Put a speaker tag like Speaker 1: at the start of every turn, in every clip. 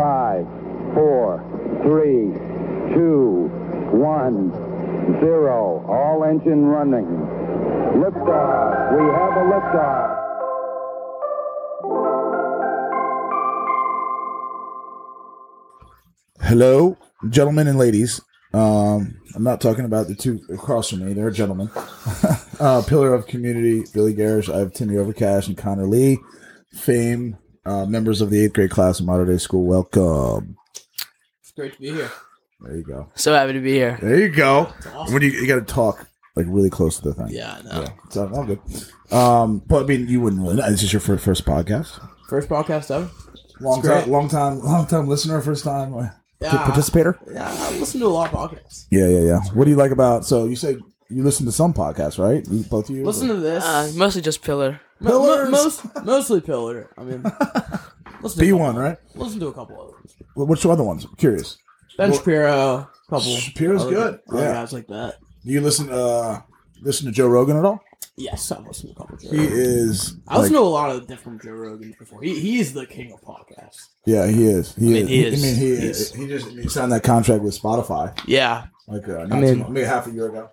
Speaker 1: five, four, three, two, one, zero. All engine running. Liftoff. We have a liftoff.
Speaker 2: Hello, gentlemen and ladies. Um, I'm not talking about the two across from me. They're gentlemen. uh, Pillar of Community, Billy Garish. I have Timmy Overcash and Connor Lee, fame, uh, members of the eighth grade class of Modern Day School. Welcome.
Speaker 3: It's great to be here.
Speaker 2: There you go.
Speaker 4: So happy to be here.
Speaker 2: There you go. When you, you got to talk like really close to the thing.
Speaker 3: Yeah, I know.
Speaker 2: It's all all good. Um, but I mean, you wouldn't really. know. Is this your fir- first podcast?
Speaker 3: First podcast ever.
Speaker 2: Long
Speaker 3: It's great.
Speaker 2: time, long time, long time listener, first time uh,
Speaker 3: Yeah.
Speaker 2: participator.
Speaker 3: Yeah, I listen to a lot of podcasts.
Speaker 2: Yeah, yeah, yeah. What do you like about? So you said you listen to some podcasts, right? You- Both of you
Speaker 3: Listen to this.
Speaker 4: Uh, mostly just Pillar.
Speaker 3: Mo- mo-
Speaker 2: Pillars.
Speaker 3: most mostly pillar. I mean, listen to a
Speaker 2: B
Speaker 3: couple-
Speaker 2: one, right?
Speaker 3: Listen to a couple of them.
Speaker 2: Wh- What's the other ones? I'm curious.
Speaker 3: Ben
Speaker 2: Well,
Speaker 3: Shapiro. Couple.
Speaker 2: Shapiro's
Speaker 3: other-
Speaker 2: good.
Speaker 3: other
Speaker 2: Yeah.
Speaker 3: guys like that.
Speaker 2: Do you listen uh listen to Joe Rogan at all?
Speaker 3: Yes, I've listened to a couple. Of Joe
Speaker 2: He
Speaker 3: Rogan.
Speaker 2: is.
Speaker 3: I listened
Speaker 2: like-
Speaker 3: to a lot of different Joe Rogans before. He he is the king of podcasts.
Speaker 2: yeah, he is. He,
Speaker 4: mean, he is.
Speaker 2: I mean, he,
Speaker 4: He
Speaker 2: is.
Speaker 4: is.
Speaker 2: He just he signed that contract with Spotify
Speaker 4: Yeah.
Speaker 2: like uh, not
Speaker 4: I
Speaker 2: too
Speaker 4: mean-
Speaker 2: long- maybe half a year ago.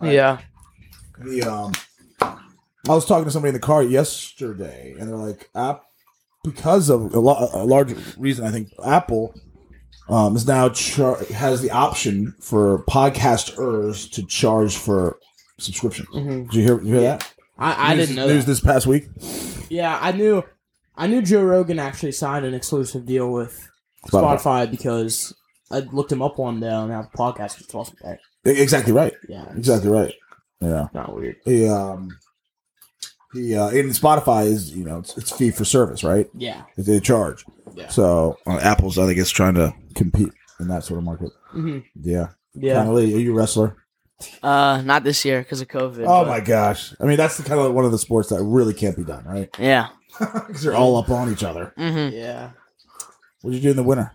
Speaker 2: Right.
Speaker 4: Yeah.
Speaker 2: the um I was talking to somebody in the car yesterday and they're like app because of a, lo- a large reason I think Apple um, is now char- has the option for podcasters to charge for subscription.
Speaker 3: Mhm.
Speaker 2: Did you hear, you hear that?
Speaker 3: I, I
Speaker 2: News-
Speaker 3: didn't know
Speaker 2: news
Speaker 3: that.
Speaker 2: this past week.
Speaker 3: Yeah, I knew. I knew Joe Rogan actually signed an exclusive deal with
Speaker 2: Spotify.
Speaker 3: Spotify because I looked him up one day on our podcast. It's awesome. right?
Speaker 2: E- Exactly right.
Speaker 3: Yeah, it's
Speaker 2: Exactly right. Yeah.
Speaker 3: Not weird.
Speaker 2: He um he uh and Spotify is, you know, it's, it's fee for service, right?
Speaker 3: Yeah.
Speaker 2: They charge.
Speaker 3: Yeah.
Speaker 2: So uh, Apple's I think is trying to compete in that sort of market.
Speaker 3: hmm
Speaker 2: Yeah.
Speaker 3: Yeah.
Speaker 2: Connor Lee, are you a wrestler?
Speaker 4: Uh, not this year because of COVID.
Speaker 2: Oh
Speaker 4: but-
Speaker 2: my gosh. I mean, that's the kind of one of the sports that really can't be done, right?
Speaker 4: Yeah.
Speaker 2: Because they're all up on each other.
Speaker 4: Mm-hmm.
Speaker 3: Yeah.
Speaker 2: What did you do in the winter?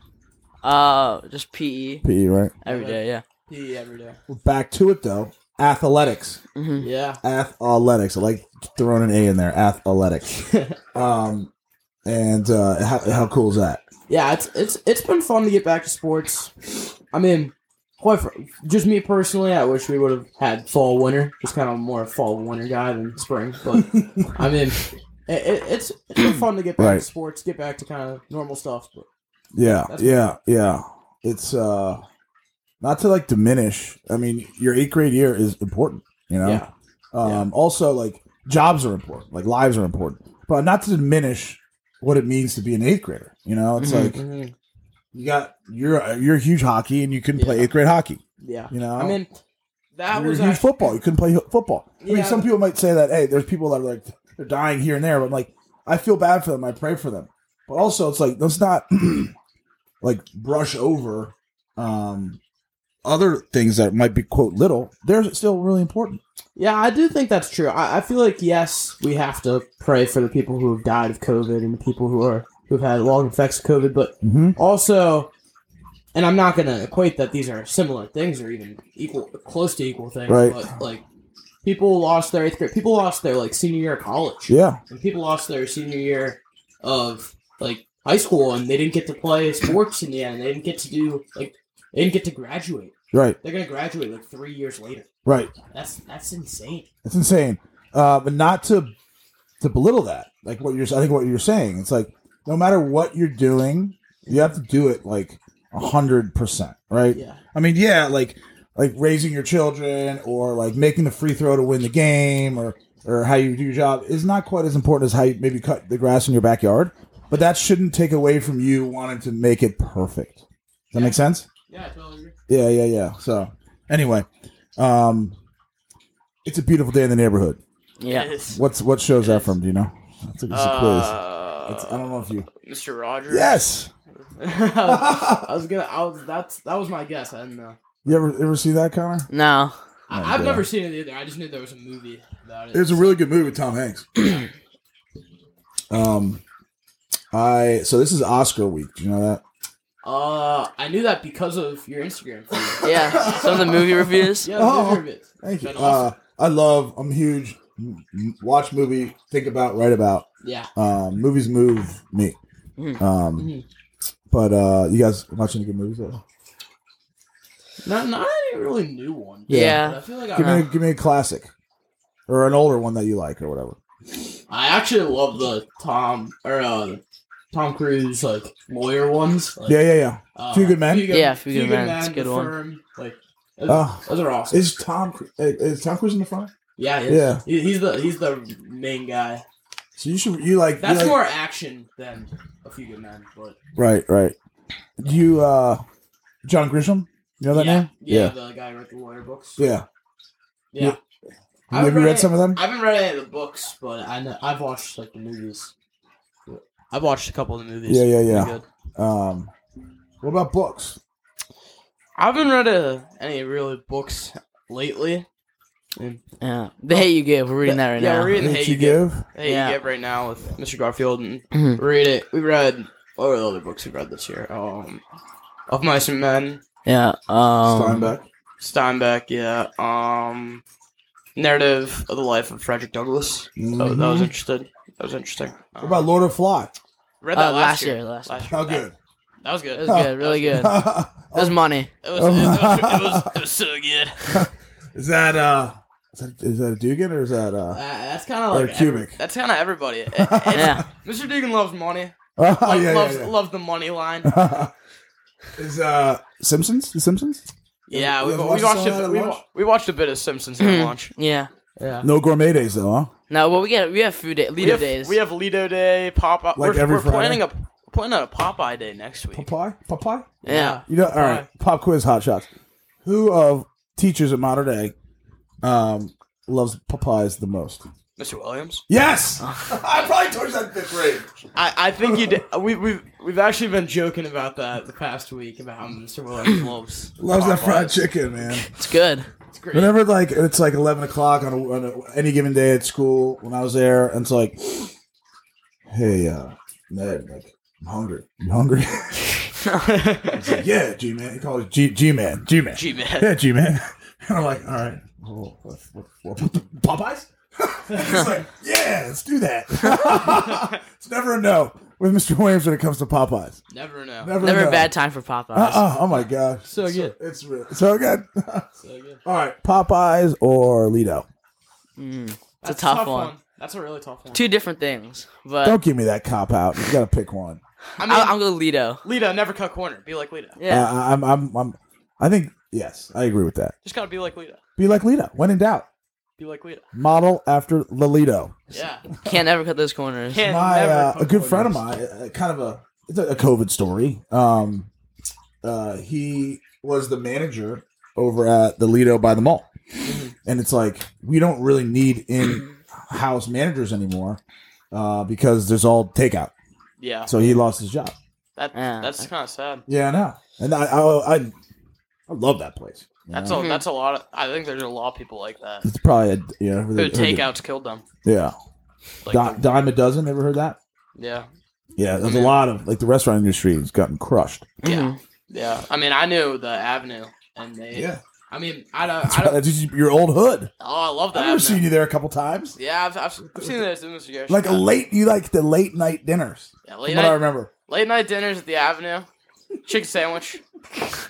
Speaker 4: Uh, just PE
Speaker 2: PE, right?
Speaker 4: every day. Yeah.
Speaker 3: He every day.
Speaker 2: Well, back to it though. Athletics.
Speaker 4: Mm-hmm.
Speaker 3: Yeah.
Speaker 2: Athletics. I like throwing an A in there. Athletics. Um, and uh, how, how cool is that?
Speaker 3: yeah. It's it's it's been fun to get back to sports. I mean, quite fr- just me personally. I wish we would have had fall winter. Just kind of more a fall winter guy than spring. But I mean, it, it, it's it's been fun to get back
Speaker 2: Right.
Speaker 3: to sports. Get back to kind of normal stuff. But
Speaker 2: Yeah,
Speaker 3: That's-
Speaker 2: yeah, yeah. It's uh, not to like diminish. I mean, your eighth grade year is important. You know.
Speaker 3: yeah.
Speaker 2: Um,
Speaker 3: Yeah.
Speaker 2: Also, like jobs are important, like lives are important, but not to diminish what it means to be an eighth grader. You know, it's
Speaker 4: Mhm.
Speaker 2: like
Speaker 3: Mhm.
Speaker 2: you got you're you're huge hockey and you couldn't play
Speaker 3: Yeah.
Speaker 2: eighth grade hockey.
Speaker 3: Yeah.
Speaker 2: You know,
Speaker 3: I mean, that
Speaker 2: you're
Speaker 3: was
Speaker 2: huge
Speaker 3: actually,
Speaker 2: football. You couldn't play ho- football. I mean,
Speaker 3: Yeah.
Speaker 2: some people might say that hey, there's people that are like they're dying here and there, but like I feel bad for them. I pray for them, but also it's like let's not like brush over um other things that might be quote little. They're still really important.
Speaker 3: Yeah, I do think that's true. I, I feel like yes, we have to pray for the people who have died of COVID and the people who are who've had long effects of COVID, but
Speaker 2: Mm-hmm.
Speaker 3: also, and I'm not going to equate that these are similar things or even equal, close to equal things.
Speaker 2: Right.
Speaker 3: But like, people lost their eighth grade, people lost their like senior year of college,
Speaker 2: Yeah.
Speaker 3: and people lost their senior year of like high school, and they didn't get to play sports in the end. They didn't get to do like they didn't get to graduate.
Speaker 2: Right.
Speaker 3: They're gonna graduate like three years later.
Speaker 2: Right.
Speaker 3: That's that's insane.
Speaker 2: It's insane. Uh, but not to to belittle that. Like what you're, I think what you're saying. It's like no matter what you're doing, you have to do it like hundred percent, right?
Speaker 3: Yeah.
Speaker 2: I mean, yeah, like like raising your children or like making the free throw to win the game or or how you do your job is not quite as important as how you maybe cut the grass in your backyard. But that shouldn't take away from you wanting to make it perfect. Does that make sense?
Speaker 3: Yeah, I totally agree.
Speaker 2: Yeah, yeah, yeah. So anyway, um, it's a beautiful day in the neighborhood.
Speaker 4: Yeah.
Speaker 2: What's what show's that from? Do you know? It's a, it's a quiz.
Speaker 4: Uh,
Speaker 2: It's, I don't know if you.
Speaker 4: Mr. Rogers.
Speaker 2: Yes.
Speaker 3: I was gonna. I was. That's that was my guess. I didn't know.
Speaker 2: You ever ever see that, Connor?
Speaker 4: No.
Speaker 3: I,
Speaker 2: Oh,
Speaker 3: I've
Speaker 2: God.
Speaker 3: never seen it either. I just knew there was a movie about it.
Speaker 2: It was a really good movie with Tom Hanks. um, I so this is Oscar week. Do you know that?
Speaker 3: uh, I knew that because of your Instagram. Feed.
Speaker 4: Yeah. Some of the movie reviews.
Speaker 3: Yeah,
Speaker 2: Oh.
Speaker 3: movie reviews.
Speaker 2: Thank you.
Speaker 3: Been awesome.
Speaker 2: Uh, I love. I'm huge. m- m- Watch movie, think about, write about.
Speaker 3: yeah.
Speaker 2: Um, movies move me.
Speaker 4: Mhm.
Speaker 2: Um,
Speaker 3: Mhm.
Speaker 2: But uh, you guys watching any good movies? Though?
Speaker 3: Not, not any really new one.
Speaker 4: Yeah.
Speaker 3: But I feel like
Speaker 2: Give me
Speaker 3: I,
Speaker 2: a, give me a classic or an older one that you like or whatever.
Speaker 3: I actually love the Tom or uh, Tom Cruise like lawyer ones. Like,
Speaker 2: Yeah, yeah, yeah.
Speaker 3: uh,
Speaker 2: Few Good Men?
Speaker 4: Yeah, Few Good Men, it's a good
Speaker 3: The
Speaker 4: one.
Speaker 3: Firm, like those,
Speaker 2: Oh,
Speaker 3: those are awesome.
Speaker 2: is Tom Cru- eh, is Tom Cruise in the front?
Speaker 3: Yeah, yeah.
Speaker 2: Yeah.
Speaker 3: He, he's the he's the main guy.
Speaker 2: So you should you like you
Speaker 3: That's
Speaker 2: like-
Speaker 3: more action than a few good men, but
Speaker 2: right, right. You uh, John Grisham. You know that
Speaker 3: yeah,
Speaker 2: name?
Speaker 3: yeah,
Speaker 2: Yeah.
Speaker 3: the guy who wrote the lawyer books.
Speaker 2: Yeah.
Speaker 3: Yeah.
Speaker 2: Yeah.
Speaker 3: I
Speaker 2: Have you
Speaker 3: read
Speaker 2: read
Speaker 3: it.
Speaker 2: some of them?
Speaker 3: I haven't read any of the books, but I know I've watched like the movies. I've watched a couple of the movies.
Speaker 2: Yeah, yeah, yeah.
Speaker 3: Pretty good.
Speaker 2: Um, what about books?
Speaker 3: I haven't read uh any really books lately. And
Speaker 4: Yeah. The hate you give. We're reading that right
Speaker 3: Yeah,
Speaker 4: now.
Speaker 3: we're reading- Hey,
Speaker 2: That you
Speaker 3: you get-
Speaker 2: give?
Speaker 3: hey,
Speaker 4: Yeah.
Speaker 3: you get right now with Mr. Garfield and
Speaker 4: Mhm.
Speaker 3: read it. We read what were the other books we read this year? Um, Of Mice and Men,
Speaker 4: yeah. Um.
Speaker 2: Steinbeck.
Speaker 3: Steinbeck, yeah. Um, Narrative of the Life of Frederick Douglass. Oh, that was
Speaker 2: Mhm.
Speaker 3: interested. That was interesting.
Speaker 2: What
Speaker 3: Um,
Speaker 2: about Lord of Fly?
Speaker 3: read
Speaker 4: Uh, last year. Last year.
Speaker 3: Last
Speaker 2: How
Speaker 3: That-
Speaker 2: good?
Speaker 3: That, was good.
Speaker 4: It was good. Really good. It was money.
Speaker 3: It was,
Speaker 2: Oh.
Speaker 3: it, was, it, was, it was so good.
Speaker 2: is that uh? Is that, is that Dugan or is that
Speaker 3: Uh,
Speaker 2: uh?
Speaker 3: that's kind of
Speaker 2: Or
Speaker 3: like every-
Speaker 2: Cubic?
Speaker 3: that's kind of everybody. It- it's-
Speaker 4: Yeah.
Speaker 3: Mr. Dugan loves money.
Speaker 2: Oh,
Speaker 3: Lo-
Speaker 2: yeah,
Speaker 3: loves
Speaker 2: yeah,
Speaker 3: loves the money line.
Speaker 2: yeah. is uh Simpsons? The Simpsons?
Speaker 3: Uh-huh. Yeah, we,
Speaker 2: You
Speaker 3: we
Speaker 2: guys watch
Speaker 3: watched
Speaker 2: some of that
Speaker 3: a,
Speaker 2: at
Speaker 3: we,
Speaker 2: lunch?
Speaker 3: wa- we watched a bit of Simpsons
Speaker 4: Mm-hmm.
Speaker 3: at lunch.
Speaker 4: Yeah.
Speaker 3: Yeah.
Speaker 2: No gourmet days though, huh?
Speaker 4: No, well, we get we have food day,
Speaker 3: We
Speaker 4: leader
Speaker 3: have,
Speaker 4: days.
Speaker 3: we have Lido Day, Popeye. we're
Speaker 2: every
Speaker 3: we're
Speaker 2: Friday?
Speaker 3: planning a planning a Popeye Day next week.
Speaker 2: Popeye? Popeye?
Speaker 4: yeah.
Speaker 2: You know, all right. Pop quiz, hot shots. Who of teachers at modern day um, loves Popeyes the most?
Speaker 3: Mr. Williams.
Speaker 2: Yes, I probably told you that in fifth grade.
Speaker 3: I, I think you did. We we've we've actually been joking about that the past week about how Mr. Williams loves
Speaker 2: Loves that
Speaker 3: Popeyes.
Speaker 2: fried chicken, man.
Speaker 4: It's good.
Speaker 3: It's great.
Speaker 2: Whenever like it's like eleven o'clock on, a, on a, any given day at school, when I was there, and it's like, hey, uh, Ned, like I'm hungry. You hungry? He's like, yeah, G man. He calls G G man. G man.
Speaker 3: Gee, man.
Speaker 2: Yeah, G man. And I'm like, all right, oh, what, what, what, what the- Popeyes? He's like, yeah, let's do that. it's never a no with Mr. Williams when it comes to Popeyes.
Speaker 3: Never know.
Speaker 2: Never,
Speaker 4: Never
Speaker 2: a no.
Speaker 4: a bad time for Popeyes.
Speaker 2: Uh uh
Speaker 3: Uh-uh.
Speaker 2: Oh my god,
Speaker 3: So good.
Speaker 2: it's real. So good.
Speaker 3: So good.
Speaker 2: all right, Popeyes or Lido?
Speaker 4: Mm.
Speaker 3: That's
Speaker 4: tough one.
Speaker 3: That's a really tough one.
Speaker 4: Two different things, but
Speaker 2: Don't give me that cop out. You gotta pick one.
Speaker 3: I mean,
Speaker 4: I, I'm going Lido.
Speaker 3: Lita, never cut corner. Be like Lita.
Speaker 4: Yeah.
Speaker 2: Uh, I- I'm, I'm, I'm, I think yes, I agree with that.
Speaker 3: Just gotta be like Lita.
Speaker 2: Be like Lido. When in doubt,
Speaker 3: Be like Lita.
Speaker 2: model after Lolito.
Speaker 3: Yeah.
Speaker 4: Can't ever cut those corners.
Speaker 3: Can't
Speaker 2: my
Speaker 3: never
Speaker 2: uh,
Speaker 3: cut
Speaker 2: a good friend of
Speaker 3: corners.
Speaker 2: mine, uh, kind of a it's a, a COVID story. Um, uh, he was the manager over at the Lido by the mall, and it's like we don't really need in-house managers anymore uh, because there's all takeout.
Speaker 3: Yeah.
Speaker 2: So he lost his job.
Speaker 3: That,
Speaker 4: Yeah.
Speaker 3: That's kind of sad.
Speaker 2: Yeah, I know, and I I I, I love that place. you
Speaker 3: That's
Speaker 2: know?
Speaker 3: a that's a lot. Of, I think there's a lot of people like that.
Speaker 2: It's probably a yeah. who
Speaker 3: Who
Speaker 2: they- who they-
Speaker 3: takeouts killed them.
Speaker 2: Yeah,
Speaker 3: Like
Speaker 2: Di-
Speaker 3: the-
Speaker 2: dime a dozen. Ever heard that?
Speaker 3: yeah.
Speaker 2: Yeah, there's a lot of like the restaurant industry has gotten crushed.
Speaker 3: Yeah.
Speaker 4: Mm-hmm.
Speaker 3: Yeah. I mean, I knew the Avenue, and they. I mean, I don't. I don't
Speaker 2: That's just your old hood.
Speaker 3: oh, I love the
Speaker 2: I've never seen
Speaker 3: Avenue.
Speaker 2: you there a couple times.
Speaker 3: Yeah, I've, I've seen this in this year.
Speaker 2: Like a late, you like the late night dinners.
Speaker 3: yeah,
Speaker 2: From
Speaker 3: late
Speaker 2: what I
Speaker 3: night,
Speaker 2: remember.
Speaker 3: late night dinners at the Avenue, chicken sandwich.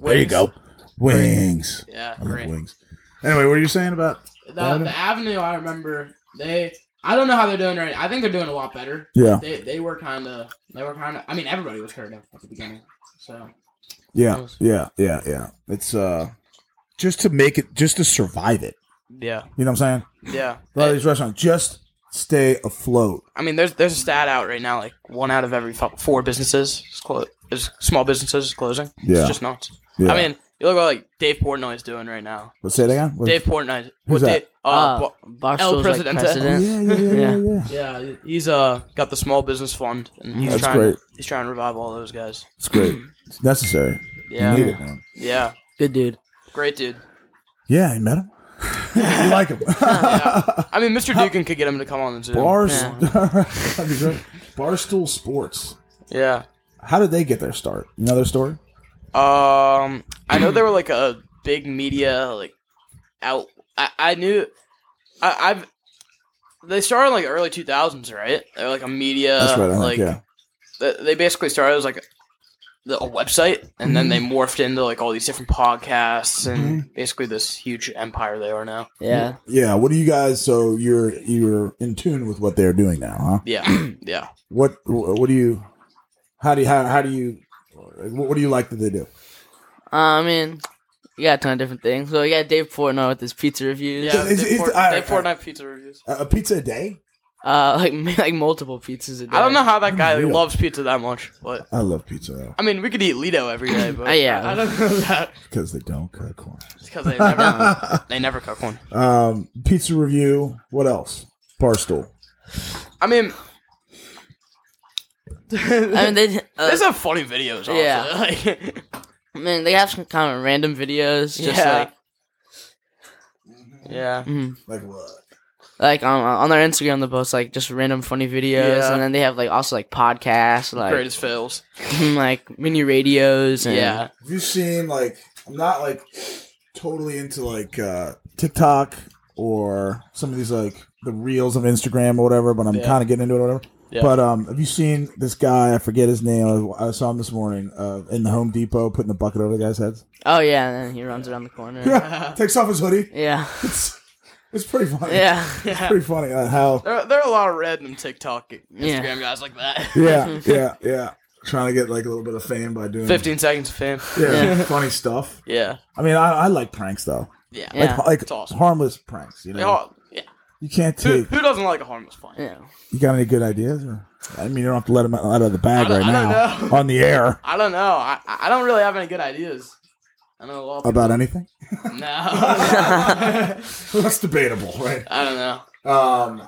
Speaker 2: There you go. Wings.
Speaker 3: Yeah,
Speaker 2: I love
Speaker 3: great.
Speaker 2: wings. Anyway, what are you saying about?
Speaker 3: The,
Speaker 2: Avenue?
Speaker 3: the Avenue, I remember they. I don't know how they're doing right. I think they're doing a lot better.
Speaker 2: Yeah,
Speaker 3: They they were kind of they were kind of. I mean, everybody was hurt at the beginning. So
Speaker 2: yeah, yeah, yeah, yeah. It's uh, just to make it, just to survive it.
Speaker 3: yeah,
Speaker 2: You know what I'm saying?
Speaker 3: yeah.
Speaker 2: A lot of these restaurants just stay afloat.
Speaker 3: I mean, there's there's a stat out right now. Like one out of every fo- four businesses is, clo- is small businesses is closing.
Speaker 2: Yeah.
Speaker 3: It's just nuts.
Speaker 2: Yeah.
Speaker 3: I mean, you look at like Dave Portnoy is doing right now.
Speaker 2: Let's say it again. What-
Speaker 3: Dave Portnoy.
Speaker 2: Who's
Speaker 3: what
Speaker 2: that?
Speaker 3: Dave- uh,
Speaker 4: Uh,
Speaker 3: Bo-
Speaker 4: Barstool's
Speaker 3: El
Speaker 4: like
Speaker 3: Presidente.
Speaker 2: Yeah,
Speaker 4: president.
Speaker 2: Oh, yeah, yeah, yeah. yeah.
Speaker 3: yeah, he's uh got the small business fund, and he's
Speaker 2: That's
Speaker 3: trying
Speaker 2: great.
Speaker 3: he's trying to revive all those guys.
Speaker 2: It's great. It's necessary.
Speaker 3: Yeah,
Speaker 2: You need it, man.
Speaker 3: yeah,
Speaker 4: Good dude.
Speaker 3: great dude.
Speaker 2: Yeah, you met him. you like him.
Speaker 3: Yeah. I mean, Mr. Dugan could get him to come on the Zoom.
Speaker 2: Bars,
Speaker 4: Yeah.
Speaker 2: that'd be great. Barstool Sports.
Speaker 3: Yeah.
Speaker 2: How did they get their start? You know their story?
Speaker 3: Um, I know they were like a big media like out. I, I knew, I, I've. They started in like early two thousands, right? They're like a media.
Speaker 2: That's right. I think,
Speaker 3: Uh, like
Speaker 2: yeah.
Speaker 3: they, they basically started as like the, a website, and then they
Speaker 2: Mm-hmm.
Speaker 3: morphed into like all these different podcasts and basically this huge empire they are now.
Speaker 4: Yeah.
Speaker 2: Yeah, what do you guys? So you're you're in tune with what they're doing now, huh?
Speaker 3: Yeah, yeah.
Speaker 2: What what do you? How do you how, how do you? What, what do you like that they do?
Speaker 4: Uh, I mean, you got a ton of different things. So you got Dave Portnoy with his pizza reviews.
Speaker 3: Yeah,
Speaker 2: Is-
Speaker 3: they
Speaker 2: is-
Speaker 3: poured,
Speaker 2: alright,
Speaker 3: they poured
Speaker 2: alright.
Speaker 3: out pizza reviews.
Speaker 2: A, a pizza a day?
Speaker 4: Uh, like like multiple pizzas a day.
Speaker 3: I don't know how that guy
Speaker 2: Unreal.
Speaker 3: loves pizza that much, but
Speaker 2: I love pizza though
Speaker 3: I mean, we could eat Lido every day. But
Speaker 4: Uh, yeah.
Speaker 3: I don't know that
Speaker 2: because they don't cut corn.
Speaker 3: because they never they never cook one.
Speaker 2: Um, pizza review. What else? Barstool.
Speaker 3: I mean,
Speaker 4: I mean, they uh,
Speaker 3: there's some funny videos. Also.
Speaker 4: yeah.
Speaker 3: like,
Speaker 4: I mean, they have some kind of random videos. Just
Speaker 3: Yeah.
Speaker 4: like
Speaker 3: yeah.
Speaker 4: mhm.
Speaker 2: Like what?
Speaker 4: like on on their Instagram, they post like just random funny videos,
Speaker 3: Yeah.
Speaker 4: and then they have like also like podcasts, like
Speaker 3: greatest fails.
Speaker 4: like mini radios. And,
Speaker 3: Yeah,
Speaker 2: Have you seen like I'm not like totally into like uh TikTok or some of these like the reels of Instagram or whatever, but I'm
Speaker 3: Yeah.
Speaker 2: kind of getting into it or whatever.
Speaker 3: Yeah.
Speaker 2: But um, have you seen this guy? I forget his name. I, I saw him this morning uh, in the Home Depot putting the bucket over the guy's heads.
Speaker 4: Oh yeah, and then he runs around the corner.
Speaker 2: Takes off his hoodie.
Speaker 4: yeah.
Speaker 2: It's, it's pretty funny.
Speaker 4: Yeah.
Speaker 2: It's pretty funny uh, how.
Speaker 3: there, there are a lot of random TikTok, Instagram
Speaker 4: Yeah.
Speaker 3: guys like that.
Speaker 2: Yeah, yeah, yeah. Trying to get like a little bit of fame by doing
Speaker 3: Fifteen seconds of fame.
Speaker 2: yeah,
Speaker 4: Yeah.
Speaker 2: funny stuff.
Speaker 3: Yeah,
Speaker 2: I mean, I, I like pranks though,
Speaker 3: yeah.
Speaker 4: Yeah.
Speaker 2: like like
Speaker 3: It's awesome.
Speaker 2: harmless pranks. You
Speaker 3: They
Speaker 2: know,
Speaker 3: all- yeah.
Speaker 2: you can't
Speaker 3: Who,
Speaker 2: take.
Speaker 3: who doesn't like a harmless pun?
Speaker 4: Yeah.
Speaker 2: You got any good ideas? Or, I mean, you don't have to let them out of the bag
Speaker 3: I don't-
Speaker 2: right
Speaker 3: I
Speaker 2: now
Speaker 3: don't
Speaker 2: on the air
Speaker 3: I don't know. I, I I don't really have any good ideas. I know a lot. Of
Speaker 2: about anything.
Speaker 3: people- no. I
Speaker 2: That's debatable, right?
Speaker 3: don't know.
Speaker 2: Um,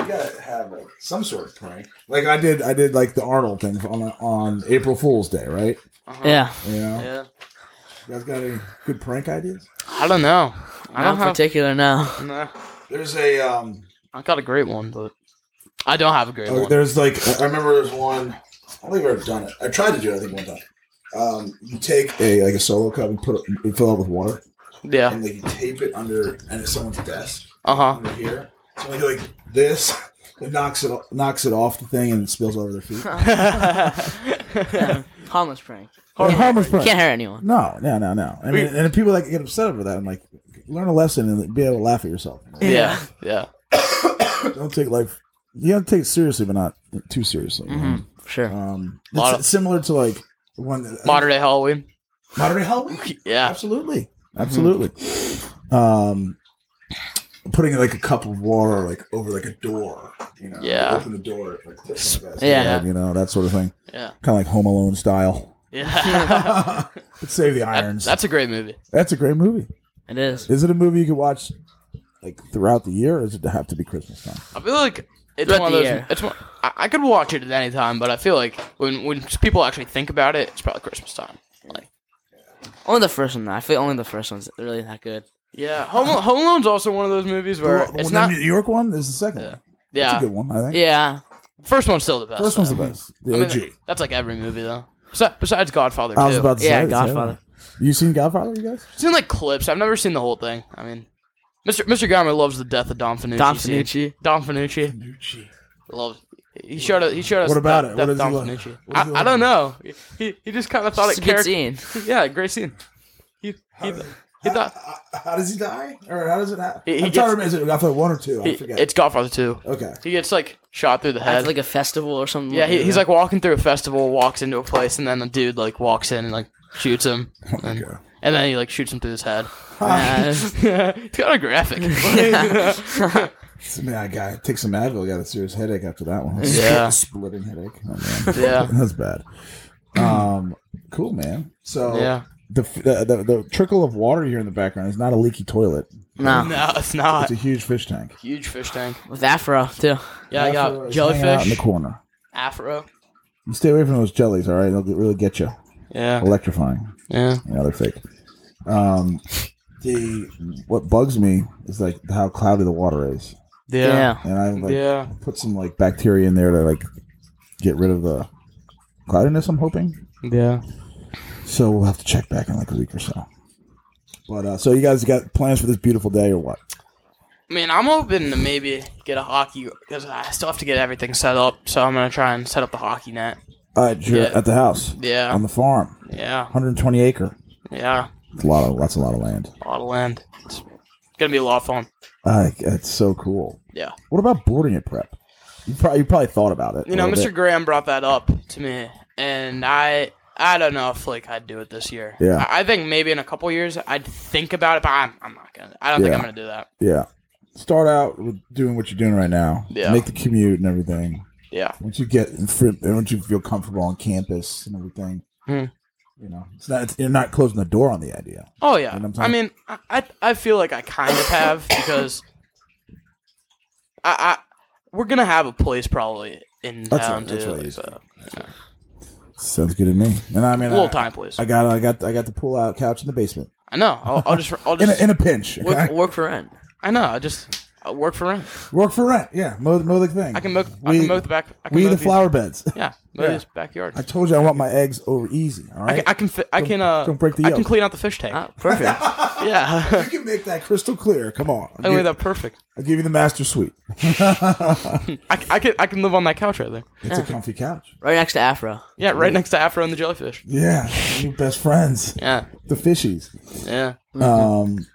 Speaker 2: you gotta have like, some sort of prank. Like I did, I did like the Arnold thing on on April Fool's Day, right?
Speaker 3: Uh-huh.
Speaker 4: Yeah.
Speaker 2: You know,
Speaker 3: Yeah.
Speaker 2: you guys got any good prank ideas?
Speaker 3: I don't know. I
Speaker 4: Not
Speaker 3: don't
Speaker 4: in
Speaker 3: have.
Speaker 4: particular now.
Speaker 3: No.
Speaker 2: There's a um,
Speaker 3: I got a great one, but I don't have a great
Speaker 2: Oh,
Speaker 3: one.
Speaker 2: there's like I I remember there's one. I don't think I've ever done it. I tried to do it. I think one time. Um, you take a like a solo cup and put it, you fill it up with water,
Speaker 3: Yeah.
Speaker 2: and like you tape it under and it's someone's desk
Speaker 3: Uh huh.
Speaker 2: under here. So like, like this, it knocks it o- knocks it off the thing and it spills over their feet.
Speaker 4: Harmless prank.
Speaker 2: harmless prank.
Speaker 4: Can't hurt anyone.
Speaker 2: No, no, no, no. I mean, and people like get upset over that. I'm like, learn a lesson and be able to laugh at yourself.
Speaker 3: yeah. Yeah.
Speaker 2: Don't take life. You have to take it seriously, but not too seriously. you know?
Speaker 4: Mhm, Sure.
Speaker 2: Um,
Speaker 3: Lot
Speaker 2: it's
Speaker 3: of-
Speaker 2: similar to like one that-
Speaker 3: Modern day Halloween.
Speaker 2: modern Halloween.
Speaker 3: Yeah.
Speaker 2: Absolutely. Absolutely. Um putting like a cup of water like over like a door. You know,
Speaker 3: Yeah.
Speaker 2: open the door like this like that.
Speaker 4: Yeah.
Speaker 2: You know, that sort of thing.
Speaker 3: Yeah.
Speaker 2: Kind of like Home Alone style.
Speaker 3: Yeah.
Speaker 2: but save the irons.
Speaker 3: That's a great movie.
Speaker 2: That's a great movie.
Speaker 4: It is.
Speaker 2: Is it a movie you could watch like throughout the year or does it have to be Christmas time?
Speaker 3: I feel like it's
Speaker 4: Throughout
Speaker 3: one
Speaker 4: the
Speaker 3: of those.
Speaker 4: year.
Speaker 3: It's one, I, I could watch it at any time, but I feel like when when people actually think about it, it's probably Christmas time. Like.
Speaker 4: Only the first one. though. I feel only the first one's really not good.
Speaker 3: Yeah, Home, Al- Home Alone's also one of those movies where
Speaker 2: The- the
Speaker 3: it's
Speaker 2: one-
Speaker 3: not.
Speaker 2: the New York one is the second one. That's a
Speaker 3: Yeah,
Speaker 2: good one, I think.
Speaker 4: Yeah.
Speaker 3: first one's still the best.
Speaker 2: First one's the
Speaker 3: though.
Speaker 2: best. The
Speaker 3: I mean,
Speaker 2: OG.
Speaker 3: that's like every movie though. So, besides Godfather
Speaker 2: I was
Speaker 3: too.
Speaker 2: about to say the
Speaker 4: Yeah,
Speaker 2: same.
Speaker 4: Godfather.
Speaker 2: You seen Godfather, you guys?
Speaker 3: I've seen like clips. I've never seen the whole thing. I mean, Mr. Mr. Garmer loves the death of Don Finucci.
Speaker 4: Don
Speaker 3: scene.
Speaker 4: Finucci.
Speaker 3: Don Finucci loves. He showed us. He showed us.
Speaker 2: What about
Speaker 3: the
Speaker 2: it?
Speaker 3: death
Speaker 2: What does
Speaker 3: of
Speaker 2: he
Speaker 3: Don
Speaker 2: look-
Speaker 3: Finucci.
Speaker 2: what does he
Speaker 3: I, I
Speaker 2: look
Speaker 3: don't know. He he just kind of thought
Speaker 4: It's a
Speaker 3: it.
Speaker 4: good
Speaker 3: character-
Speaker 4: scene.
Speaker 3: Yeah, great scene. He he, he thought
Speaker 2: How, how does he die? Or how does it happen?
Speaker 3: He- he
Speaker 2: I'm trying to remember. Is it Godfather 1 or 2?
Speaker 3: he,
Speaker 2: I forget.
Speaker 3: it's Godfather two.
Speaker 2: okay.
Speaker 3: He gets like shot through the head.
Speaker 4: It's like a festival or something.
Speaker 3: Yeah, he, he's like walking through a festival, walks into a place, and then the dude like walks in and like shoots him, and,
Speaker 2: Oh God.
Speaker 3: and then he like shoots him through his head.
Speaker 4: Yeah.
Speaker 3: it's kind of graphic.
Speaker 2: I mean, I got, take some Advil. Got a serious headache after that one.
Speaker 3: Yeah.
Speaker 2: Splitting headache. Oh, man.
Speaker 3: yeah,
Speaker 2: That's bad. Um, cool, man. So
Speaker 3: yeah.
Speaker 2: the, f- the, the the trickle of water here in the background is not a leaky toilet.
Speaker 4: no.
Speaker 3: No, it's not
Speaker 2: It's a huge fish tank.
Speaker 3: huge fish tank.
Speaker 4: With Afro too.
Speaker 3: Yeah, I
Speaker 2: Afro is
Speaker 3: got
Speaker 2: hanging out in the
Speaker 3: jellyfish,
Speaker 2: corner.
Speaker 3: afro.
Speaker 2: You stay away from those jellies, all right? They'll get- really get you.
Speaker 3: Yeah,
Speaker 2: Electrifying.
Speaker 3: yeah.
Speaker 2: You know, they're fake. Um, the what bugs me is like how cloudy the water is,
Speaker 3: Yeah.
Speaker 2: and I like
Speaker 3: Yeah.
Speaker 2: put some like bacteria in there to like get rid of the cloudiness. I'm hoping.
Speaker 3: Yeah.
Speaker 2: So we'll have to check back in like a week or so. But uh, so you guys got plans for this beautiful day or what?
Speaker 3: I mean, I'm hoping to maybe get a hockey because I still have to get everything set up. So I'm gonna try and set up the hockey net.
Speaker 2: uh, dur-
Speaker 3: Yeah.
Speaker 2: at the house
Speaker 3: Yeah,
Speaker 2: on the farm,
Speaker 3: yeah,
Speaker 2: 120 acre.
Speaker 3: yeah.
Speaker 2: It's a lot of that's a lot of land.
Speaker 3: A lot of land. It's gonna be a lot of fun.
Speaker 2: Uh, it's so cool.
Speaker 3: Yeah.
Speaker 2: What about boarding at prep? You probably you probably thought about it. a
Speaker 3: You know,
Speaker 2: little
Speaker 3: Mr.
Speaker 2: bit.
Speaker 3: Graham brought that up to me, and I I don't know if like I'd do it this year.
Speaker 2: Yeah.
Speaker 3: I, I think maybe in a couple years I'd think about it, but I'm, I'm not gonna. I don't
Speaker 2: Yeah.
Speaker 3: think I'm gonna do that.
Speaker 2: Yeah. Start out with doing what you're doing right now.
Speaker 3: Yeah.
Speaker 2: Make the commute and everything.
Speaker 3: Yeah.
Speaker 2: Once you get in fr- once you feel comfortable on campus and everything.
Speaker 3: Hmm.
Speaker 2: You know, it's not. It's, you're not closing the door on the idea.
Speaker 3: Oh yeah.
Speaker 2: You know what I'm
Speaker 3: I
Speaker 2: saying?
Speaker 3: mean, I I, I feel like I kind of have because I, I we're gonna have a place probably in
Speaker 2: That's
Speaker 3: town
Speaker 2: right, that's
Speaker 3: too.
Speaker 2: right,
Speaker 3: like,
Speaker 2: yeah.
Speaker 3: so,
Speaker 2: Sounds good to me. And I mean,
Speaker 3: little
Speaker 2: I,
Speaker 3: time place.
Speaker 2: I
Speaker 3: I,
Speaker 2: got I got I got the pull out couch in the basement
Speaker 3: know. I'll, I'll just I'll
Speaker 2: in a,
Speaker 3: just
Speaker 2: in a pinch. okay?
Speaker 4: Work, work for rent.
Speaker 3: I know. I just I work for rent.
Speaker 2: Work for rent. Yeah, mow, mow the thing.
Speaker 3: I can mow. I
Speaker 2: We-
Speaker 3: can mow the back. I can
Speaker 2: we
Speaker 3: mow
Speaker 2: the
Speaker 3: these-
Speaker 2: flower beds.
Speaker 3: Yeah, mow
Speaker 2: Yeah.
Speaker 3: this backyard.
Speaker 2: I told you I want my eggs over easy. All
Speaker 3: I
Speaker 2: right.
Speaker 3: can, I can, fi- I can, uh,
Speaker 2: don't break the
Speaker 3: I can
Speaker 2: yolk.
Speaker 3: clean out the fish tank.
Speaker 4: Ah, perfect.
Speaker 3: yeah,
Speaker 2: you can make that crystal clear. Come on.
Speaker 3: I
Speaker 2: I'll,
Speaker 3: mean
Speaker 2: give,
Speaker 3: that perfect.
Speaker 2: I'll give you the master suite.
Speaker 3: I, c- I can, I can live on that couch right there.
Speaker 2: It's a comfy couch.
Speaker 4: right next to Afro.
Speaker 3: Yeah, right next to Afro and the jellyfish.
Speaker 2: Yeah, new best friends,
Speaker 3: Yeah,
Speaker 2: the fishies.
Speaker 3: yeah,
Speaker 2: Um,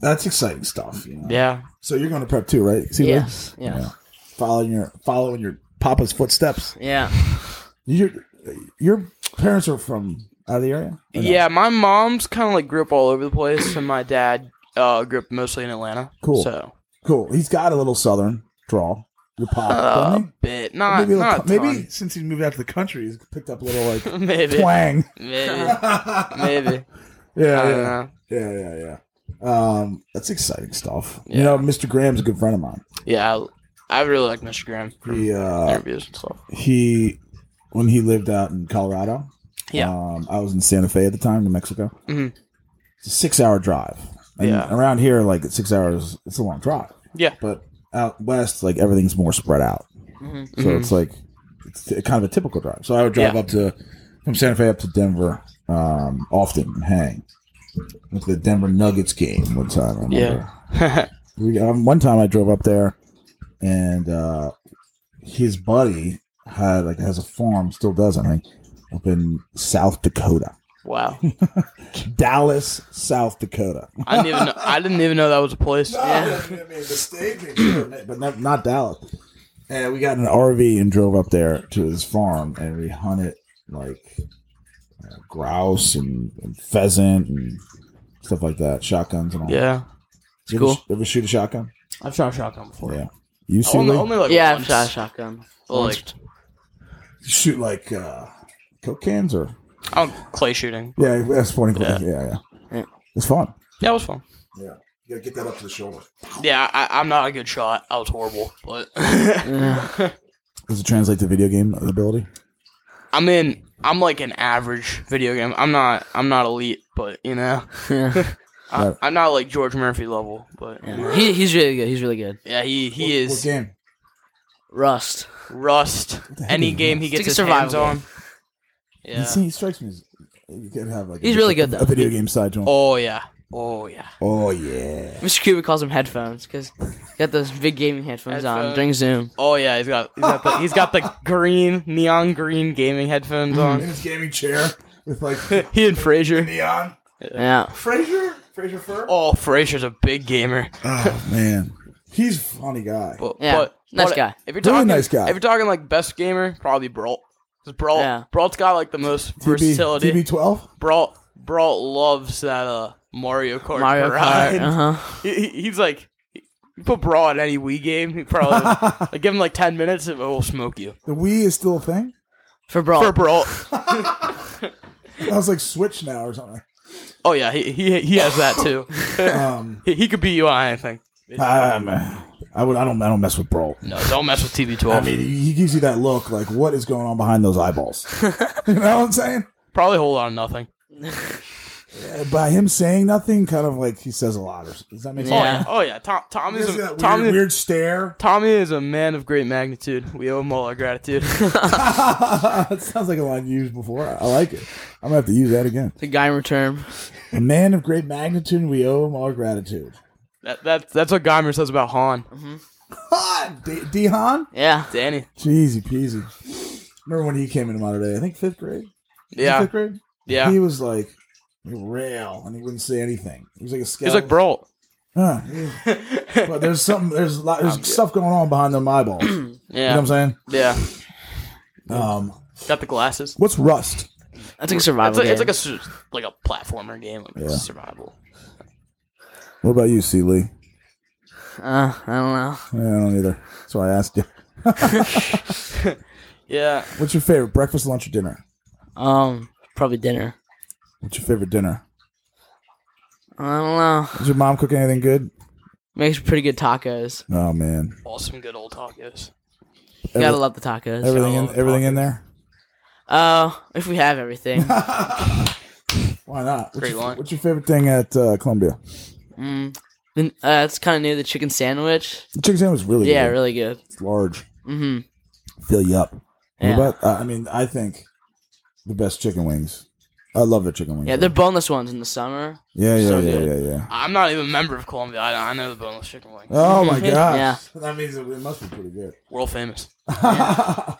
Speaker 2: that's exciting stuff. You know?
Speaker 3: yeah.
Speaker 2: So you're going to prep too, right? See, Lou?
Speaker 4: Yes.
Speaker 2: Yeah.
Speaker 4: Yes.
Speaker 2: Following your following your papa's footsteps.
Speaker 4: Yeah.
Speaker 2: Your your parents are from out of the area. Or no?
Speaker 3: Yeah, my mom's kind of like grew up all over the place, and my dad uh, grew up mostly in Atlanta.
Speaker 2: Cool.
Speaker 3: So
Speaker 2: Cool. He's got a little southern draw. Your pop,
Speaker 3: a
Speaker 2: doesn't he?
Speaker 3: bit, Uh, not
Speaker 2: maybe, like,
Speaker 3: not a
Speaker 2: maybe since he's moved out to the country, he's picked up a little like
Speaker 3: ton. maybe,
Speaker 2: twang.
Speaker 3: maybe,
Speaker 2: yeah,
Speaker 3: maybe. I don't
Speaker 2: yeah,
Speaker 3: know.
Speaker 2: yeah, yeah, yeah. Um, that's exciting stuff. You
Speaker 3: Yeah.
Speaker 2: know, Mr. Graham's a good friend of mine.
Speaker 3: Yeah, I, I really like Mr. Graham from
Speaker 2: He uh,
Speaker 3: interviews and stuff.
Speaker 2: he when he lived out in Colorado.
Speaker 3: Yeah.
Speaker 2: um, I was in Santa Fe at the time, New Mexico.
Speaker 3: Mhm.
Speaker 2: It's a six-hour drive. And
Speaker 3: Yeah.
Speaker 2: around here, like it's six hours, it's a long drive.
Speaker 3: Yeah.
Speaker 2: but out west, like everything's more spread out.
Speaker 4: Mhm.
Speaker 3: Mm-hmm.
Speaker 2: So it's like it's t- kind of a typical drive. So I would drive
Speaker 3: Yeah.
Speaker 2: up to from Santa Fe up to Denver um, often and hang. With the Denver Nuggets game one time. I remember.
Speaker 3: Yeah.
Speaker 2: We, um, one time I drove up there, and uh, his buddy had like has a farm, still does I think, up in South Dakota,
Speaker 3: wow,
Speaker 2: Dallas, South Dakota.
Speaker 3: I didn't even know, I didn't even know that was a place.
Speaker 2: Oh, Yeah. I mean, the staging, sure, but not, not Dallas. And we got in an RV and drove up there to his farm, and we hunted like uh, grouse and, and pheasant and stuff like that, shotguns and all.
Speaker 3: Yeah.
Speaker 2: you ever,
Speaker 4: cool.
Speaker 2: sh- ever shoot a shotgun?
Speaker 5: I've shot a shotgun before.
Speaker 2: Yeah. You see,
Speaker 3: Only,
Speaker 2: Lee?
Speaker 3: only like
Speaker 4: Yeah, I've
Speaker 3: once.
Speaker 4: shot a shotgun.
Speaker 3: Well,
Speaker 4: Once.
Speaker 2: You shoot like uh, coke cans or
Speaker 3: Oh, clay shooting.
Speaker 2: yeah, that's pointing. Yeah.
Speaker 3: Yeah.
Speaker 2: yeah, yeah,
Speaker 4: Yeah.
Speaker 2: it's fun.
Speaker 3: Yeah, it was fun.
Speaker 2: Yeah, you gotta get that up to the shoulder.
Speaker 3: Yeah, I, I'm not a good shot. I was horrible, but
Speaker 4: Yeah.
Speaker 2: Does it translate to video game ability?
Speaker 3: I'm in. I'm like an average video game. I'm not. I'm not elite, but you know,
Speaker 4: Yeah.
Speaker 3: I,
Speaker 2: Right.
Speaker 3: I'm not like George Murphy level. But you know.
Speaker 4: He, he's really good. He's really good.
Speaker 3: yeah, he he
Speaker 2: What-
Speaker 3: is
Speaker 2: what game?
Speaker 4: Rust.
Speaker 3: rust.
Speaker 2: the heck
Speaker 3: Any
Speaker 2: is
Speaker 3: game he
Speaker 4: It's
Speaker 3: gets
Speaker 4: like a
Speaker 3: his
Speaker 4: survival
Speaker 3: hands on.
Speaker 2: He,
Speaker 3: Yeah.
Speaker 2: see, he strikes me as you could have like a-
Speaker 4: He's really good,
Speaker 2: a-
Speaker 4: though.
Speaker 2: A video game side to him. Oh,
Speaker 3: Oh yeah. Oh yeah.
Speaker 2: yeah,
Speaker 4: Mr. Cuban calls them headphones because he got those big gaming headphones, on
Speaker 3: Headphones.
Speaker 4: during Zoom.
Speaker 3: Oh yeah. He's got he's got the, he's got the green neon green gaming headphones
Speaker 2: in
Speaker 3: on.
Speaker 2: his gaming chair with like
Speaker 3: he and Frazier.
Speaker 2: neon.
Speaker 4: Yeah.
Speaker 2: Fraser, Fraser Fur.
Speaker 3: Oh, Frazier's a big gamer.
Speaker 2: Oh man, he's a funny guy.
Speaker 3: But,
Speaker 4: Yeah,
Speaker 3: but-
Speaker 4: nice
Speaker 3: but
Speaker 4: guy.
Speaker 3: If you're
Speaker 2: Really
Speaker 3: talking,
Speaker 2: nice guy.
Speaker 3: If you're talking like best gamer, probably Brawl. Because Brawl,
Speaker 4: Yeah.
Speaker 3: Brawl's got like the most versatility.
Speaker 2: TB twelve.
Speaker 3: Brawl, Brawl loves that uh Mario Kart.
Speaker 4: Mario
Speaker 3: garage.
Speaker 4: Kart. Uh huh.
Speaker 3: He- he- he's like, you put Brawl in any Wii game, he probably like give him like ten minutes, it will smoke you
Speaker 2: The Wii is still a thing.
Speaker 4: For Brawl.
Speaker 2: Oh.
Speaker 3: for Brawl.
Speaker 2: I was like Switch now or something.
Speaker 3: Oh yeah, he he, he has that too.
Speaker 2: Um,
Speaker 3: he, he could beat you on anything.
Speaker 2: um, I would. I don't. I don't mess with Brawl.
Speaker 3: No, don't mess with TB12.
Speaker 2: I mean, he gives you that look like, what is going on behind those eyeballs? you know what I'm saying?
Speaker 3: probably hold on to nothing.
Speaker 2: Uh, By him saying nothing, kind of like he says a lot. Or, does that make
Speaker 3: Oh
Speaker 2: sense?
Speaker 3: yeah,
Speaker 4: Yeah.
Speaker 3: oh yeah. Tom, Tom
Speaker 2: He
Speaker 3: is
Speaker 2: gives you
Speaker 3: a,
Speaker 2: that
Speaker 3: Tom
Speaker 2: weird,
Speaker 3: is-
Speaker 2: weird stare.
Speaker 3: Tommy is a man of great magnitude. We owe him all our gratitude.
Speaker 2: that sounds like a line you used before. I like it. I'm gonna have to use that again.
Speaker 4: The Geimer term.
Speaker 2: A man of great magnitude, we owe him our gratitude.
Speaker 3: that, that, that's what Geimer says about Han.
Speaker 2: Ha! D- Dehan?
Speaker 4: Yeah.
Speaker 3: Danny.
Speaker 2: Jeezy peasy. Remember when he came into Modern Day? I think fifth grade.
Speaker 3: Yeah,
Speaker 2: fifth grade.
Speaker 3: yeah.
Speaker 2: He was like rail, and he wouldn't say anything. He was like a
Speaker 3: He
Speaker 2: scout.
Speaker 3: was like Brawl.
Speaker 2: Huh, yeah. but there's something. There's a lot,
Speaker 3: I'm
Speaker 2: there's
Speaker 3: good.
Speaker 2: stuff going on behind them eyeballs. You know what
Speaker 3: yeah,
Speaker 2: I'm saying?
Speaker 3: yeah.
Speaker 2: Um,
Speaker 3: Got the glasses.
Speaker 2: what's Rust?
Speaker 4: That's like a survival
Speaker 3: It's like,
Speaker 4: game.
Speaker 3: it's like a su- like a platformer game, like
Speaker 2: Yeah.
Speaker 3: survival.
Speaker 2: What about you, C. Lee?
Speaker 4: uh, I don't know.
Speaker 2: I don't either. That's why I asked you.
Speaker 3: Yeah,
Speaker 2: What's your favorite breakfast, lunch, or dinner?
Speaker 4: Um, probably dinner.
Speaker 2: What's your favorite dinner?
Speaker 4: I don't know.
Speaker 2: Does your mom cook anything good?
Speaker 4: Makes pretty good tacos.
Speaker 2: Oh man,
Speaker 3: awesome, good old tacos.
Speaker 4: You gotta
Speaker 2: Every-
Speaker 4: love the tacos.
Speaker 2: everything in
Speaker 3: Solid
Speaker 2: everything in there.
Speaker 4: Oh, if we have everything.
Speaker 2: Why not? What's
Speaker 3: Great
Speaker 2: your,
Speaker 3: line.
Speaker 2: What's your favorite thing at uh, Columbia?
Speaker 4: mm. Then, uh, it's kind of new. The chicken sandwich.
Speaker 2: The chicken sandwich is really
Speaker 4: Yeah,
Speaker 2: good.
Speaker 4: really good.
Speaker 2: It's large.
Speaker 4: hmm
Speaker 2: Fill you up. What
Speaker 4: Yeah.
Speaker 2: about- uh, I mean, I think the best chicken wings. I love their chicken wings.
Speaker 4: Yeah, they're boneless ones in the summer.
Speaker 2: yeah, yeah,
Speaker 4: so
Speaker 2: yeah, yeah,
Speaker 4: good.
Speaker 2: yeah.
Speaker 3: I'm not even a member of Columbia. I, I know the boneless chicken wing,
Speaker 2: Oh my gosh.
Speaker 4: Yeah.
Speaker 2: That means it, it must be pretty good.
Speaker 3: world famous.
Speaker 2: uh,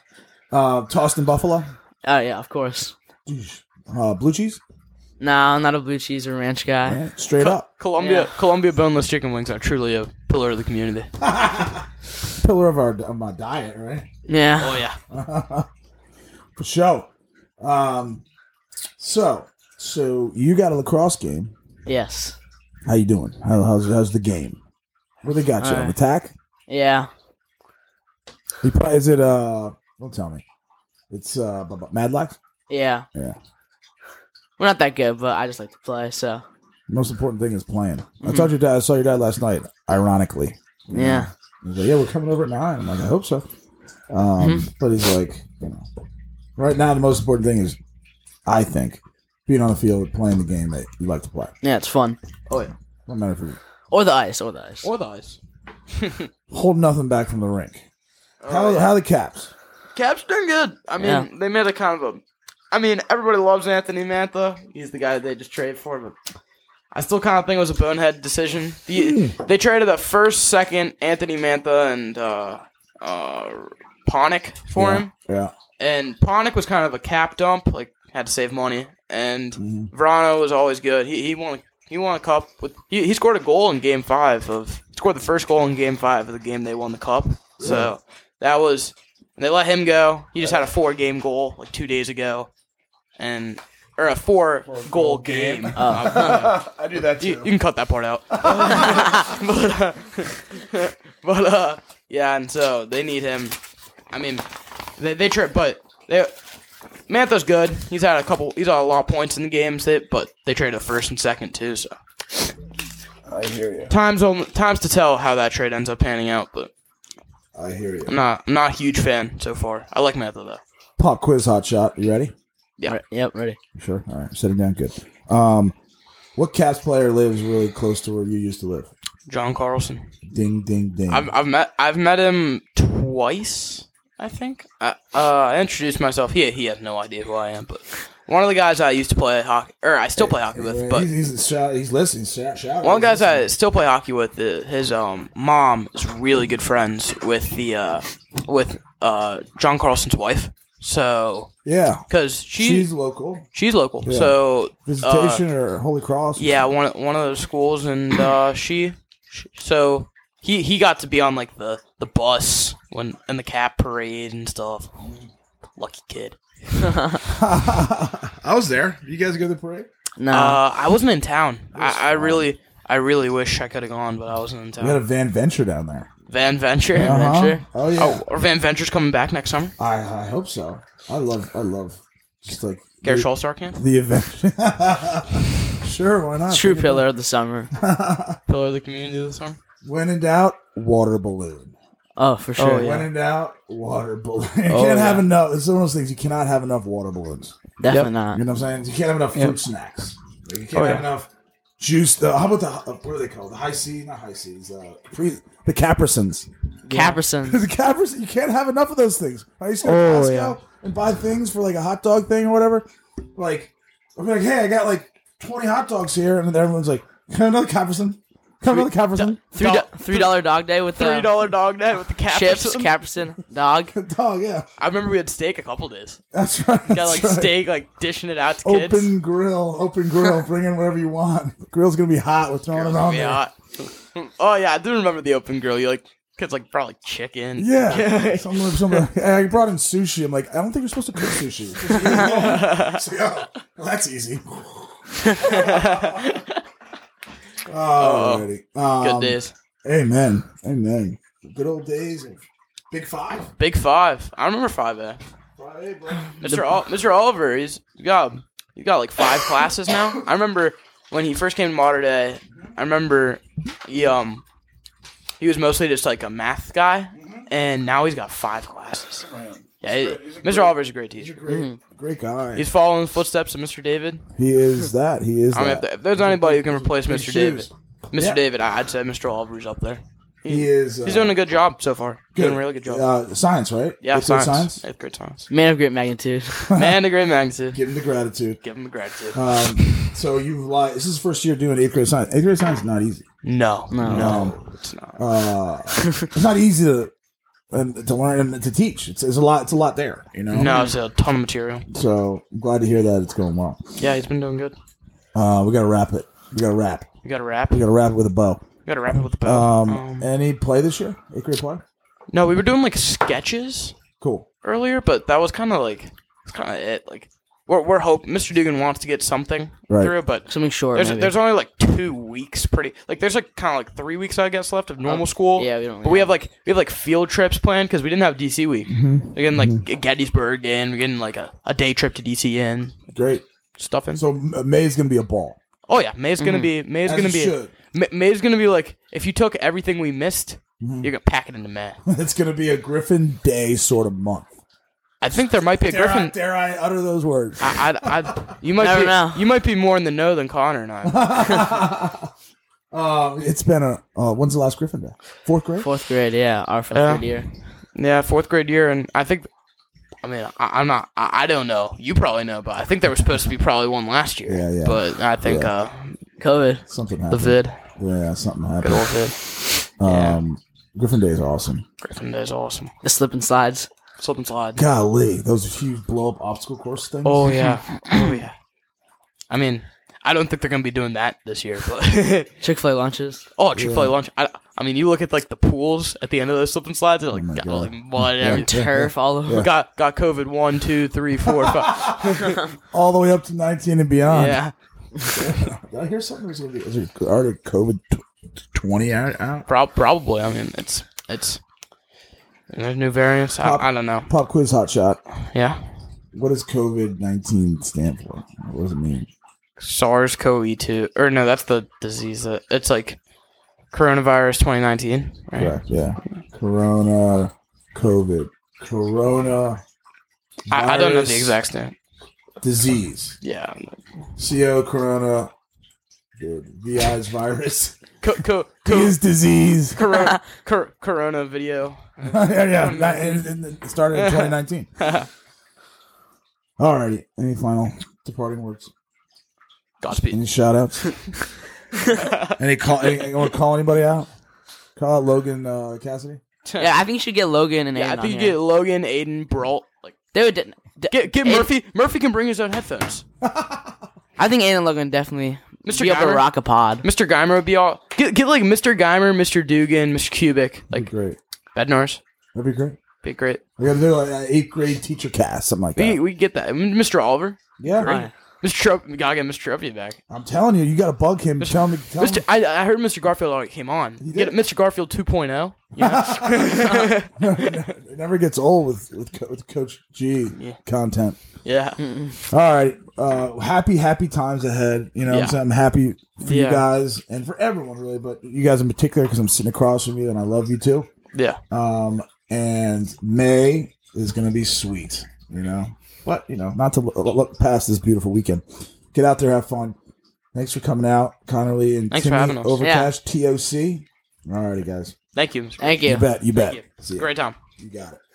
Speaker 2: tossed in buffalo.
Speaker 4: Oh yeah, of course.
Speaker 2: Uh, blue cheese.
Speaker 4: No, I'm not a blue cheese or ranch guy.
Speaker 2: All right, Straight
Speaker 3: Co-
Speaker 2: up.
Speaker 3: Columbia,
Speaker 4: Yeah.
Speaker 3: Columbia boneless chicken wings are truly a pillar of the community.
Speaker 2: Pillar of our of my diet, right?
Speaker 4: Yeah.
Speaker 3: Oh yeah,
Speaker 2: For sure. Um, so so you got a lacrosse game.
Speaker 4: Yes.
Speaker 2: How you doing? How, how's how's the game? Where they got you?
Speaker 4: Uh,
Speaker 2: on attack?
Speaker 4: Yeah.
Speaker 2: You probably, is it uh? Don't tell me. It's uh bu- bu- Madlock.
Speaker 4: Yeah.
Speaker 2: Yeah.
Speaker 4: We're not that good, but I just like to play. So
Speaker 2: Most important thing is playing. I told your dad. I saw your dad last night. Ironically.
Speaker 4: yeah.
Speaker 2: He was like, yeah, we're coming over at nine. I'm like, I hope so. Um, But he's like, you know, right now the most important thing is, I think, being on the field, playing the game that you like to play.
Speaker 4: Yeah, it's fun.
Speaker 3: oh yeah.
Speaker 2: No matter if you're
Speaker 4: Or the ice. Or the ice.
Speaker 3: Or the ice.
Speaker 2: hold nothing back from the rink. How how the caps?
Speaker 3: Caps doing good. I mean,
Speaker 4: Yeah.
Speaker 3: they made a kind of a. I mean, everybody loves Anthony Mantha. He's the guy that they just traded for, but I still kind of think it was a bonehead decision. The, they traded a first, second, Anthony Mantha, and uh, uh, Ponick for
Speaker 2: yeah.
Speaker 3: him.
Speaker 2: Yeah.
Speaker 3: And Ponick was kind of a cap dump, like had to save money. And
Speaker 2: Mhm.
Speaker 3: Verano was always good. He he won he won a cup with he, he scored a goal in game five of scored the first goal in game five of the game they won the cup. So that was and they let him go. He just had a four game goal like two days ago, and or a four goal game. Uh,
Speaker 2: I do that
Speaker 3: you, you can cut that part out. but uh, but uh, yeah, and so they need him. I mean, they they trip, but they Mantha's good. He's had a couple. He's had a lot of points in the games. They, but they traded a first and second too. So
Speaker 2: I hear you.
Speaker 3: times on times to tell how that trade ends up panning out. But
Speaker 2: I hear you.
Speaker 3: I'm not I'm not a huge fan so far. I like Mantha though.
Speaker 2: Pop quiz, hot shot. You ready?
Speaker 4: Re- Yep. Ready.
Speaker 2: You sure. All right. Sitting down. Good. Um, what Caps player lives really close to where you used to live?
Speaker 3: John Carlson.
Speaker 2: Ding, ding, ding.
Speaker 3: I've I've met I've met him twice. I think. I, uh, I introduced myself. He he has no idea who I am, but one of the guys I used to play hockey, or I still play hockey with, but
Speaker 2: he's, he's, shout, he's listening. Shout, shout
Speaker 3: One of the
Speaker 2: he's
Speaker 3: guys I
Speaker 2: listening.
Speaker 3: still play hockey with, uh, his um, mom is really good friends with the uh, with uh, John Carlson's wife. So,
Speaker 2: yeah,
Speaker 3: because she,
Speaker 2: she's
Speaker 3: she's
Speaker 2: local.
Speaker 3: local,
Speaker 2: yeah.
Speaker 3: so uh,
Speaker 2: Visitation or Holy Cross?
Speaker 3: yeah, one one of those schools, and uh, she, she, so he he got to be on like the the bus when and the cap parade and stuff. Lucky kid.
Speaker 2: I was there. You guys go to the parade?
Speaker 4: No.
Speaker 3: Uh, I wasn't in town. I, I really. I really wish I could have gone, but I wasn't in
Speaker 2: We had
Speaker 3: town.
Speaker 2: a Van Venture down there.
Speaker 3: Van Venture.
Speaker 2: Uh-huh. Oh yeah.
Speaker 3: Oh, or Van Venture's coming back next summer.
Speaker 2: I, I hope so. I love I love just like
Speaker 3: Gary
Speaker 2: the,
Speaker 3: All Star Camp.
Speaker 2: the event. sure, why not?
Speaker 4: True
Speaker 2: Bring it
Speaker 4: pillar of the summer.
Speaker 3: Pillar of the community this summer.
Speaker 2: back. When in doubt, water balloon.
Speaker 4: Oh, for sure.
Speaker 2: When
Speaker 4: yeah. Oh,
Speaker 2: in doubt, water balloon. you can't have enough. It's one of those things you cannot have enough water balloons.
Speaker 4: Definitely not.
Speaker 2: You know what I'm saying? You can't have enough fruit snacks. Like, you can't
Speaker 3: Oh,
Speaker 2: have
Speaker 3: yeah.
Speaker 2: enough juice. The, how about the uh, what are they called? The high C, not high C's. Uh, pre, the Capersons.
Speaker 4: Caperson.
Speaker 2: the Capersons. You can't have enough of those things. I used to go to
Speaker 4: Oh,
Speaker 2: Costco
Speaker 4: yeah.
Speaker 2: and buy things for like a hot dog thing or whatever. Like I'm like, hey, I got like 20 hot dogs here, and then everyone's like, can I have another Caperson? Come on, Caverson.
Speaker 4: Three do- three dollar dog day with
Speaker 3: Three
Speaker 4: the
Speaker 3: dollar dog night with the cap.
Speaker 4: chips, Caperson dog.
Speaker 2: Dog, yeah.
Speaker 3: I remember we had steak a couple days.
Speaker 2: That's right.
Speaker 3: Got
Speaker 2: that's
Speaker 3: like
Speaker 2: right.
Speaker 3: steak, like dishing it out to
Speaker 2: Open
Speaker 3: kids.
Speaker 2: grill, open grill. Bring in whatever you want. Grill's gonna be hot. We're throwing it on there.
Speaker 3: Yeah. Oh yeah, I do remember the open grill. You like kids like brought like chicken.
Speaker 2: Yeah. some of- some of- I brought in sushi. I'm like, I don't think you're supposed to cook sushi. So, yeah, well, that's easy. Alrighty.
Speaker 3: Oh, Good
Speaker 2: Um,
Speaker 3: days.
Speaker 2: Amen. Amen. Good old days of Big Five.
Speaker 3: Big five. I remember five A.
Speaker 2: Friday, bro.
Speaker 3: Mr. Ol- Mr. Oliver, he's he got he got like five classes now. I remember when he first came to modern day. I remember he um he was mostly just like a math guy, and now he's got five classes.
Speaker 2: Oh,
Speaker 3: Yeah, he- Mr. Oliver's a great
Speaker 2: He's a
Speaker 3: teacher.
Speaker 2: great, great guy.
Speaker 3: He's following the footsteps of Mr. David.
Speaker 2: he is that. He is
Speaker 3: I mean, if,
Speaker 2: that.
Speaker 3: there- if there's anybody who can replace
Speaker 2: Big
Speaker 3: Mr. David,
Speaker 2: shoes.
Speaker 3: Mr.
Speaker 2: Yeah.
Speaker 3: David, I- I'd say Mr. Oliver's up there.
Speaker 2: He is. Uh,
Speaker 3: He's doing a good job so far. Doing a really good job.
Speaker 2: Uh, science, right?
Speaker 3: yeah,
Speaker 2: Eighth grade
Speaker 3: science. Eighth grade science.
Speaker 4: Man of great magnitude.
Speaker 3: Man, a great magnitude.
Speaker 2: Give him the gratitude.
Speaker 3: Give him the gratitude.
Speaker 2: Um, so you've li This is the first year doing eighth grade science. Eighth grade science is not easy.
Speaker 3: no, no,
Speaker 2: Um,
Speaker 3: it's not.
Speaker 2: uh, it's not easy to and to learn and to teach. It's, it's a lot. It's a lot there. You know.
Speaker 3: No, it's a ton of material.
Speaker 2: So I'm glad to hear that it's going well.
Speaker 3: Yeah, he's been doing good.
Speaker 2: Uh, we got to wrap it. We got to wrap.
Speaker 3: We got to wrap.
Speaker 2: We
Speaker 3: We
Speaker 2: got to wrap it with a bow.
Speaker 3: got to wrap it with the bow.
Speaker 2: Um,
Speaker 3: Um,
Speaker 2: any play this year? Eighth grade play.
Speaker 3: no, we were doing like sketches
Speaker 2: Cool.
Speaker 3: earlier, but that was kind of like it's kind of it. Like we're we're hoping Mr. Dugan wants to get something
Speaker 2: Right.
Speaker 3: through, but
Speaker 4: Something short.
Speaker 3: there's
Speaker 4: maybe.
Speaker 3: there's only like two weeks. Pretty like there's like kind of like three weeks I guess left of normal school.
Speaker 4: Oh, yeah, we don't
Speaker 3: But we
Speaker 4: really
Speaker 3: have like we have like field trips planned because we didn't have DC week.
Speaker 2: Mm-hmm.
Speaker 3: We're getting like Gettysburg in. We're getting like a, a day trip to DC in
Speaker 2: Great.
Speaker 3: stuff in.
Speaker 2: So M- May is going to be a ball.
Speaker 3: oh yeah, May's
Speaker 4: Mm-hmm.
Speaker 3: gonna be May's
Speaker 2: As
Speaker 3: gonna
Speaker 2: it
Speaker 3: be
Speaker 2: should.
Speaker 3: Ma- May's gonna be like if you took everything we missed,
Speaker 2: Mm-hmm.
Speaker 3: you're gonna pack it into May.
Speaker 2: It's going to be a Griffin Day sort of month.
Speaker 3: I think there might be a
Speaker 2: Dare I,
Speaker 3: Griffin. Uh,
Speaker 2: dare I utter those words?
Speaker 3: I, I, I, you might
Speaker 4: Never
Speaker 3: be,
Speaker 4: know.
Speaker 3: you might be more in the know than Connor and I.
Speaker 2: Um, it's been a. Uh, when's the last Griffin Day? Fourth grade.
Speaker 4: fourth grade. Yeah, our fourth
Speaker 3: Yeah.
Speaker 4: grade year.
Speaker 3: yeah, fourth grade year, and I think, I mean, I, I'm not, I, I don't know. You probably know, but I think there was supposed to be probably one last year.
Speaker 2: Yeah, yeah.
Speaker 3: But I think uh,
Speaker 4: COVID.
Speaker 2: Something
Speaker 3: the
Speaker 2: happened.
Speaker 3: vid,
Speaker 2: yeah, something
Speaker 3: good
Speaker 2: happened.
Speaker 3: old vid,
Speaker 2: Um, Griffin Days are awesome.
Speaker 3: Griffin Day is awesome.
Speaker 4: The slip and slides.
Speaker 3: Slip and slide.
Speaker 2: Golly, those huge blow up obstacle course things.
Speaker 3: Oh yeah, oh yeah. I mean, I don't think they're gonna be doing that this year, but.
Speaker 4: Chick fil A lunches.
Speaker 3: Oh, Chick Fil A lunch. I, I mean, you look at like the pools at the end of those slip and slides. They're like,
Speaker 2: Oh my
Speaker 3: got,
Speaker 2: God.
Speaker 3: like mud. and everything.
Speaker 4: Turf all over.
Speaker 3: Got got COVID one, two, three, four, five.
Speaker 2: all the way up to 19 and beyond.
Speaker 3: yeah,
Speaker 2: Did I hear something was going to be? Is it already COVID tw- 20 out? out?
Speaker 3: prob- probably. I mean, it's it's. and There's new variants. I, I don't know.
Speaker 2: Pop quiz hot shot.
Speaker 3: Yeah,
Speaker 2: What does COVID 19 stand for? What does it mean?
Speaker 3: SARS-CoV-2, or no, that's the disease. That, it's like coronavirus 2019, right?
Speaker 2: Correct. Yeah. Corona, COVID, Corona
Speaker 3: I, I don't know
Speaker 2: Virus.
Speaker 3: the exact name.
Speaker 2: disease.
Speaker 3: Yeah,
Speaker 2: CO Corona. Dude, VI's virus.
Speaker 3: co- co- co-
Speaker 2: His disease.
Speaker 3: corona, cor- corona video.
Speaker 2: yeah, yeah. That, and- and it started in 2019. Alrighty. Any final departing words?
Speaker 3: Godspeed.
Speaker 2: Any shout outs? any call any, you wanna call anybody out? Call out Logan uh, Cassidy?
Speaker 4: Yeah, I think you should get Logan and
Speaker 3: Yeah,
Speaker 4: Aiden
Speaker 3: I think you
Speaker 4: on
Speaker 3: get
Speaker 4: here.
Speaker 3: Logan, Aiden, Brault, like.
Speaker 4: They would. de- de-
Speaker 3: Get, get
Speaker 4: Aiden-
Speaker 3: Murphy. Murphy can bring his own headphones.
Speaker 4: I think Aiden and Logan definitely
Speaker 3: Mr.
Speaker 4: be able to
Speaker 3: Geimer?
Speaker 4: rock a pod.
Speaker 3: Mr. Geimer would be all. Get, get like Mr. Geimer, Mr. Dugan, Mr. Kubik,
Speaker 2: That'd
Speaker 3: like
Speaker 2: be great.
Speaker 3: Bednar's.
Speaker 2: That'd be great.
Speaker 3: Be great.
Speaker 2: We gotta do like an eighth grade teacher cast, something like
Speaker 3: We,
Speaker 2: that.
Speaker 3: we get that. M- Mr. Oliver.
Speaker 2: Yeah.
Speaker 4: Right.
Speaker 3: Mr. Trop- we gotta get Mr. Trophy back.
Speaker 2: I'm telling you, you gotta bug him. Tell him. Tell
Speaker 3: Mr.
Speaker 2: him.
Speaker 3: I, I heard Mr. Garfield already came on. Get
Speaker 2: Um, did.
Speaker 3: Mr. Garfield oh? 2.0. You know?
Speaker 2: It never gets old with with, Co- with Coach G content.
Speaker 3: yeah.
Speaker 2: All right, uh, happy happy times ahead. You know, what
Speaker 3: Yeah.
Speaker 2: I'm saying I'm happy for you
Speaker 3: Yeah.
Speaker 2: guys and for everyone really, but you guys in particular because I'm sitting across from you and I love you too.
Speaker 3: Yeah.
Speaker 2: Um, and May is gonna be sweet. You know, but you know, not to look, look past this beautiful weekend. Get out there, have fun. Thanks for coming out, Connerly and
Speaker 3: Thanks for
Speaker 2: Timmy
Speaker 3: having us.
Speaker 2: Overcash TOC. All righty, guys.
Speaker 3: Thank you. Mr.
Speaker 4: Thank you.
Speaker 2: You bet. You bet.
Speaker 3: Thank
Speaker 2: See ya.
Speaker 3: Great time.
Speaker 2: You got it.